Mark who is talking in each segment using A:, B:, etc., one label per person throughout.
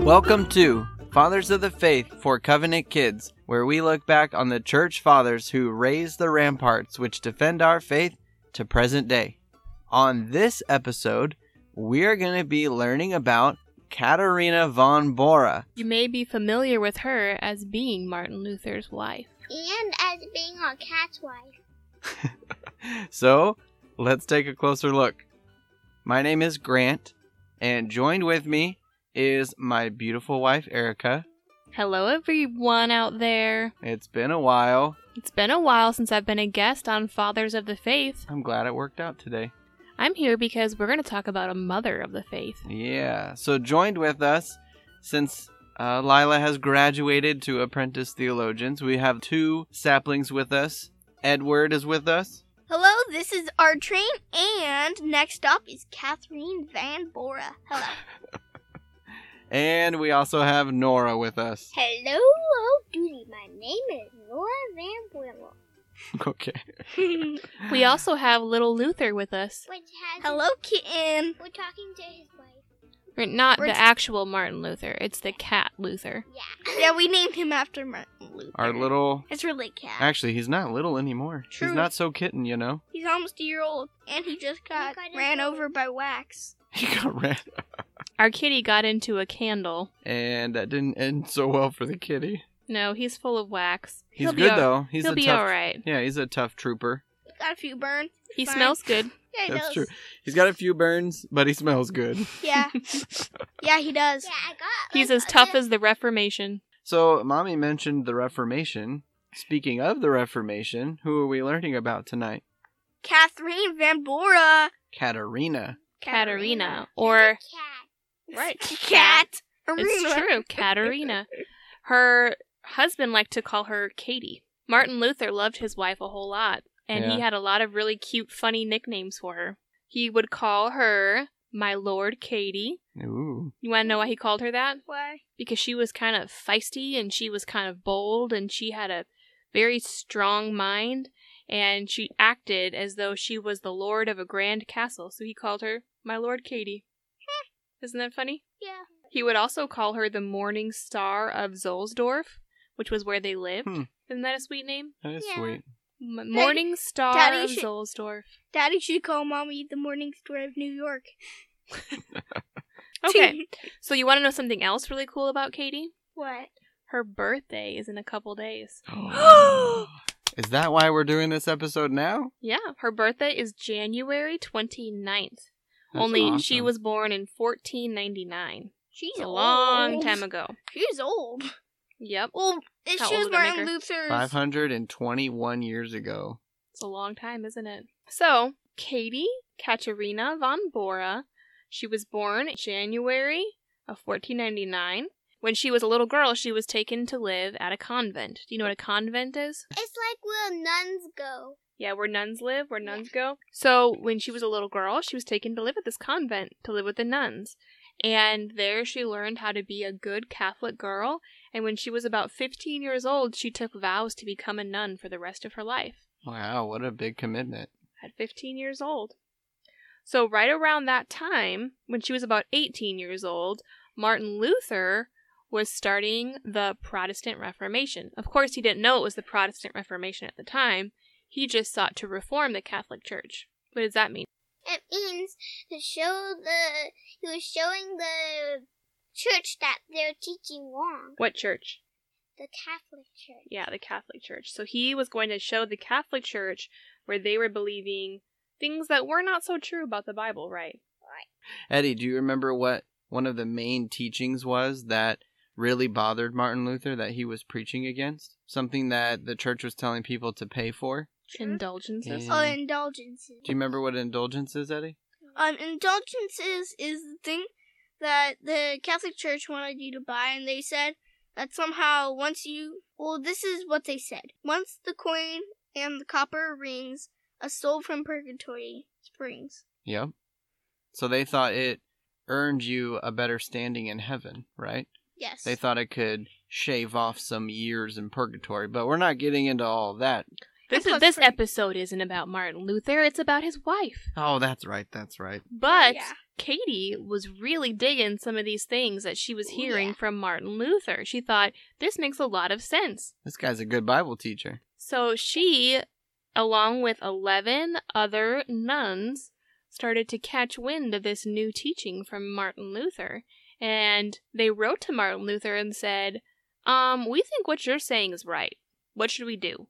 A: Welcome to Fathers of the Faith for Covenant Kids, where we look back on the church fathers who raised the ramparts which defend our faith to present day. On this episode, we are going to be learning about Katerina von Bora.
B: You may be familiar with her as being Martin Luther's wife.
C: and as being a cat's wife.
A: So, let's take a closer look. My name is Grant, and joined with me is my beautiful wife, Erica.
B: Hello, everyone out there.
A: It's been a while.
B: It's been a while since I've been a guest on Fathers of the Faith.
A: I'm glad it worked out today.
B: I'm here because we're going to talk about a mother of the faith.
A: Yeah. So joined with us, since uh, Lila has graduated to apprentice theologians, we have two saplings with us. Edward is with us.
C: Hello, this is our train, and next up is Catherine Van Bora. Hello.
A: And we also have Nora with us.
C: Hello, oh duty. My name is Nora Van Bora.
A: Okay.
B: We
A: Ah.
B: also have little Luther with us.
C: Which has Hello, kitten. We're talking to his wife.
B: Or Not
D: We're
B: the
D: t-
B: actual Martin Luther, it's the cat Luther.
C: Yeah.
D: Yeah, we named him after Martin Luther.
A: Our little.
D: It's really a cat.
A: Actually, he's not little anymore. He's
D: True.
A: not so kitten, you know?
D: He's almost a year old, and he just got
C: got his
D: ran
C: own-
D: over by wax.
A: He got ran.
B: Our kitty got into a candle.
A: And that didn't end so well for the kitty.
B: No, he's full of wax.
A: He's
B: He'll be
A: good,
B: al-
A: though. He's
B: He'll
A: a
B: be
A: tough.
B: all right.
A: Yeah, he's a tough trooper.
D: Got a few burns.
B: He
D: Fine.
B: smells good.
D: Yeah, he
A: That's
D: does.
A: true. He's got a few burns, but he smells good.
D: Yeah, yeah, he does.
C: Yeah, I got.
B: He's
C: like,
B: as
C: a-
B: tough as the Reformation.
A: So, mommy mentioned the Reformation. Speaking of the Reformation, who are we learning about tonight?
D: Catherine Van Bora.
A: Katerina.
B: Katerina,
C: She's a
B: or
C: cat.
B: Right.
D: cat.
B: It's true, Katerina. Her husband liked to call her Katie. Martin Luther loved his wife a whole lot, and he
A: Yeah.
B: had a lot of really cute, funny nicknames for her. He would call her my Lord Katie.
A: Ooh.
B: You want to know why he called her that?
D: Why?
B: Because she was kind of feisty and she was kind of bold and she had a very strong mind and she acted as though she was the lord of a grand castle. So he called her my Lord Katie. Isn't that funny?
C: Yeah.
B: He would also call her the Morning Star of Zolsdorf, which was where they lived.
A: Hmm.
B: Isn't that a sweet name?
A: That is
C: Yeah.
A: sweet.
B: M- Morning Star
D: Daddy,
B: of
D: she-
B: Zolsdorf.
D: Daddy should call mommy the morning story of New York.
B: Okay, so you want to know something else really cool about Katie?
D: what?
B: Her birthday is in a couple days.
A: is that why we're doing this episode now?
B: Yeah, her birthday is January 29th.
A: That's
B: Only she
A: awesome.
B: was born in 1499.
D: She's
B: It's a long
D: old.
B: time ago.
D: She's old.
B: Yep,
D: Well, it,
B: How
D: she was
B: old would that make
D: Martin
B: her?
D: Luther's.
A: 521 years ago.
B: It's a long time, isn't it? So, Katie Katerina von Bora, she was born January of 1499. When she was a little girl, she was taken to live at a convent. Do you know what a convent is?
C: It's like where nuns go.
B: Yeah, where nuns live, where nuns go. So, when she was a little girl, she was taken to live at this convent to live with the nuns. And there she learned how to be a good Catholic girl. And when she was about 15 years old, she took vows to become a nun for the rest of her life.
A: Wow, what a big commitment.
B: at 15 years old. So, right around that time, when she was about 18 years old, Martin Luther was starting the Protestant Reformation. Of course, he didn't know it was the Protestant Reformation at the time, he just sought to reform the Catholic Church. What does that mean?
C: It means to show the. He was showing the church that they're teaching wrong.
B: What church?
C: The Catholic Church.
B: Yeah, the Catholic Church. So, he was going to show the Catholic Church where they were believing things that were not so true about the Bible, right?
A: Eddie, do you remember what one of the main teachings was that really bothered Martin Luther that he was preaching against? Something that the church was telling people to pay for?
B: Indulgences.
A: Yeah.
D: Oh, indulgences.
A: Do you remember what indulgence is, Eddie?
D: Um, indulgences is the thing that the Catholic Church wanted you to buy, and they said that somehow once you, well, this is what they said: once the coin and the copper rings, a soul from purgatory springs.
A: Yep. So they thought it earned you a better standing in heaven, right?
D: Yes.
A: They thought it could shave off some years in purgatory, but we're not getting into all that.
B: This,
D: Plus
B: is, this
D: free.
B: episode isn't about Martin Luther, it's about his wife.
A: Oh, that's right, that's right.
B: But
D: Yeah.
B: Katie was really digging some of these things that she was
C: Ooh,
B: hearing
C: yeah.
B: from Martin Luther. She thought, this makes a lot of sense.
A: This guy's a good Bible teacher.
B: So she, along with 11 other nuns, started to catch wind of this new teaching from Martin Luther. And they wrote to Martin Luther and said, um, We think what you're saying is right. What should we do?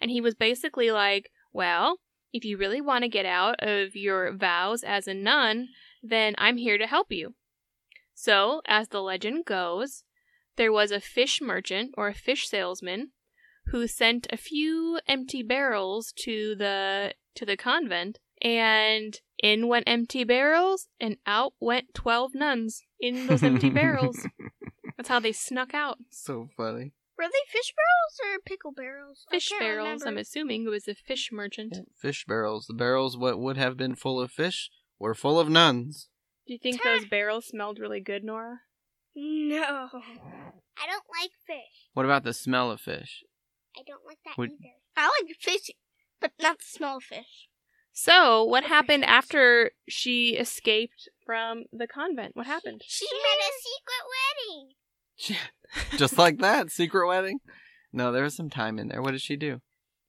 B: And he was basically like, Well, if you really want to get out of your vows as a nun, then I'm here to help you. So, as the legend goes, there was a fish merchant or a fish salesman who sent a few empty barrels to the to the convent and in went empty barrels and out went 12 nuns in those empty barrels that's how they snuck out
A: so funny.
D: Were they fish barrels or pickle barrels? I
B: fish
D: can't
B: barrels i'm
D: remember.
B: assuming it was a fish merchant
A: Yeah, Fish barrels. The barrels what would have been full of fish were full of nuns.
B: do you think
D: Ta-
B: those barrels smelled really good nora
D: No.
C: I don't like fish.
A: What about the smell of fish?
C: I don't like that
A: Would-
C: either.
D: I like fish, but not the smell of fish.
B: so what happened after she escaped from the convent what happened
C: She had a secret wedding.
A: Just like that, secret wedding. No, there was some time in there. What did she do?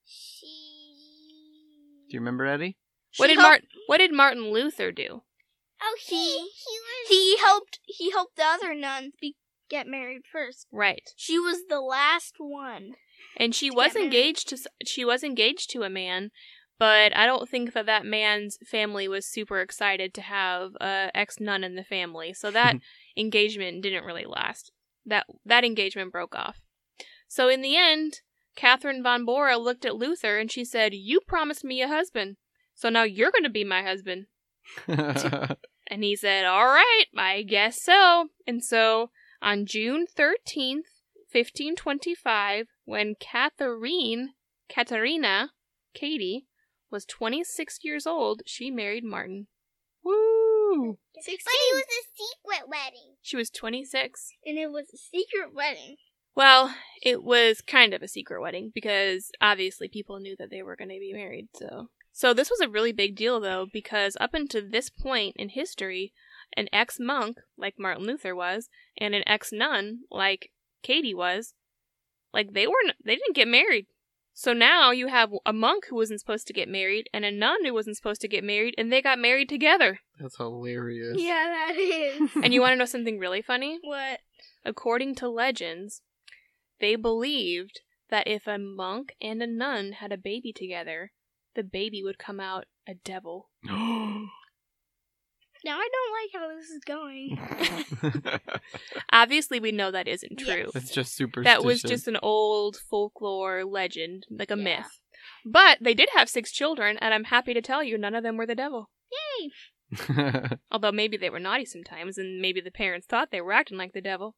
C: She.
A: Do you remember Eddie?
B: what
D: She
B: did
D: helped-
B: Mart- what did martin luther do
C: Oh, he. He
D: He-
C: was.
D: He helped. He helped the other nuns be, get married first.
B: right
D: She was the last one.
B: and she
D: to
B: was
D: get married.
B: engaged to s- she was engaged to a man but i don't think that that man's family was super excited to have a ex nun in the family so that engagement didn't really last that that engagement broke off so in the end catherine von bora looked at luther and she said you promised me a husband so now you're going to be my husband and he said, All right, I guess so. And so on June 13th, 1525, when Catherine, Katerina, Katie, was 26 years old, she married Martin.
A: Woo!
C: But it was a secret wedding.
B: She was 26.
D: and it was a secret wedding.
B: Well, it was kind of a secret wedding because obviously people knew that they were going to be married. So, so this was a really big deal though because up until this point in history, an ex-monk like Martin Luther was and an ex-nun like Katie was, like they weren't they didn't get married. So now you have a monk who wasn't supposed to get married and a nun who wasn't supposed to get married and they got married together.
A: That's hilarious.
D: Yeah, that is
B: and you want to know something really funny?
D: what.
B: According to legends, they believed that if a monk and a nun had a baby together, the baby would come out a devil.
D: Now I don't like how this is going.
B: Obviously, we know that isn't true.
A: That's just superstition.
B: That was just an old folklore legend, like a
D: Yeah.
B: myth. But they did have six children, and I'm happy to tell you none of them were the devil. Although maybe they were naughty sometimes, and maybe the parents thought they were acting like the devil.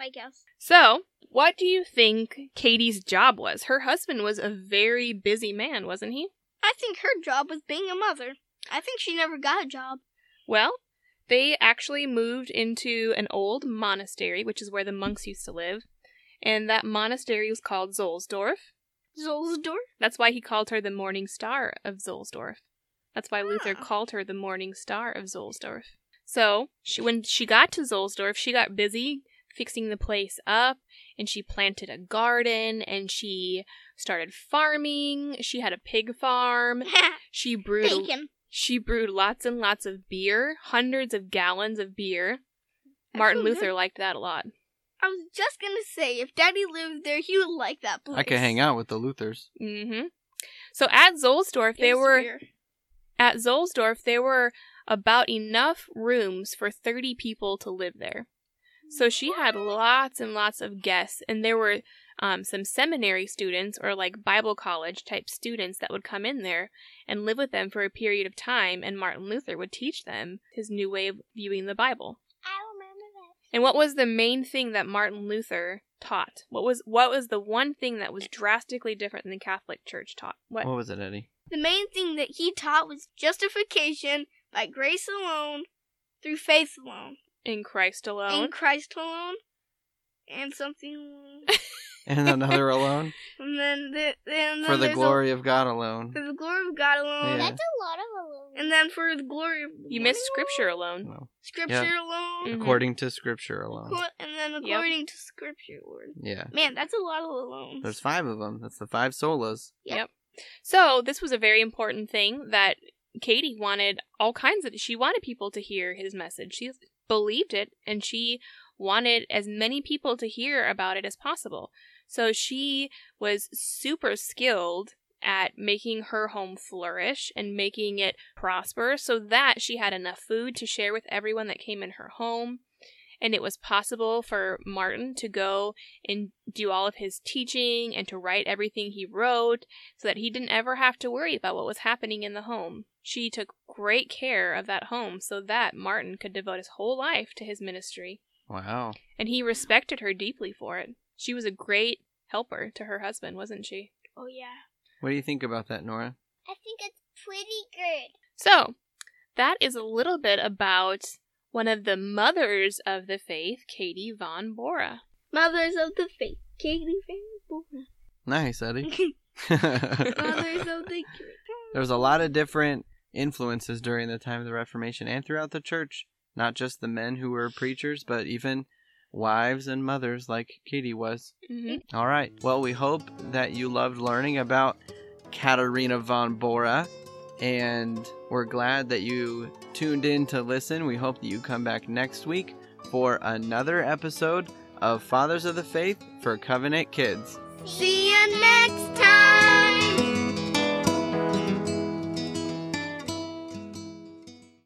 D: I guess.
B: So, what do you think Katie's job was? Her husband was a very busy man, wasn't he?
D: I think her job was being a mother. I think she never got a job.
B: Well, they actually moved into an old monastery, which is where the monks used to live, and that monastery was called Zolsdorf.
D: Zolzdor?
B: That's why he called her the Morning Star of Zolsdorf. That's why Luther
D: Ah.
B: called her the Morning Star of Zolsdorf. So she, when she got to Zolsdorf, she got busy fixing the place up, and she planted a garden, and she started farming. She had a pig farm. She brewed a-
D: Bacon.
B: she brewed lots and lots of beer, hundreds of gallons of beer. Martin
D: sounds
B: Luther liked that a lot.
D: I was just gonna say, if Daddy lived there, he would like that place.
A: I could hang out with the Luthers.
B: hmm So at Zolsdorf, they
D: Here's the
B: were
D: beer.
B: at Zolsdorf there were about enough rooms for thirty people to live there. So she had lots and lots of guests, and there were um, some seminary students or like Bible college type students that would come in there and live with them for a period of time, and Martin Luther would teach them his new way of viewing the Bible.
C: I remember that.
B: And what was the main thing that Martin Luther taught? What was what was the one thing that was drastically different than the Catholic Church taught? What?
A: What was it, Eddie?
D: The main thing that he taught was justification by grace alone, through faith alone,
B: In Christ alone.
D: in Christ alone, and something alone.
A: And another alone?
D: and then, the, and then
A: For the
D: there's a-
A: glory of God alone.
D: for the glory of God alone.
A: Yeah.
C: That's a lot of aluminum.
D: And then for the glory of the
B: You missed
D: morning
B: scripture alone.
A: No.
D: Scripture alone.
B: Mhm.
A: According to scripture alone.
D: Acco- And then according to scripture word.
A: Yeah.
D: Man, that's a lot of alone.
A: There's five of them. That's the five solas.
B: So this was a very important thing that Katie wanted all kinds of she wanted people to hear his message. She believed it and she wanted as many people to hear about it as possible. So she was super skilled at making her home flourish and making it prosper so that she had enough food to share with everyone that came in her home. And it was possible for Martin to go and do all of his teaching and to write everything he wrote so that he didn't ever have to worry about what was happening in the home. She took great care of that home so that Martin could devote his whole life to his ministry,
A: Wow.
B: and he respected her deeply for it. She was a great helper to her husband, wasn't she?
D: Oh yeah.
A: What do you think about that, Nora?
C: I think it's pretty good.
B: So, that is a little bit about one of the mothers of the faith, Katie von Bora.
D: Mothers of the faith. Katie Van
A: Nice, Eddie.
D: Mothers of the
A: There was a lot of different influences during the time of the Reformation and throughout the church. Not just the men who were preachers, but even wives and mothers like Katie was.
B: Mm-hmm.
A: All right. Well, we hope that you loved learning about Katerina von Bora, and we're glad that you tuned in to listen. We hope that you come back next week for another episode of Fathers of the Faith for Covenant Kids.
C: See you next time.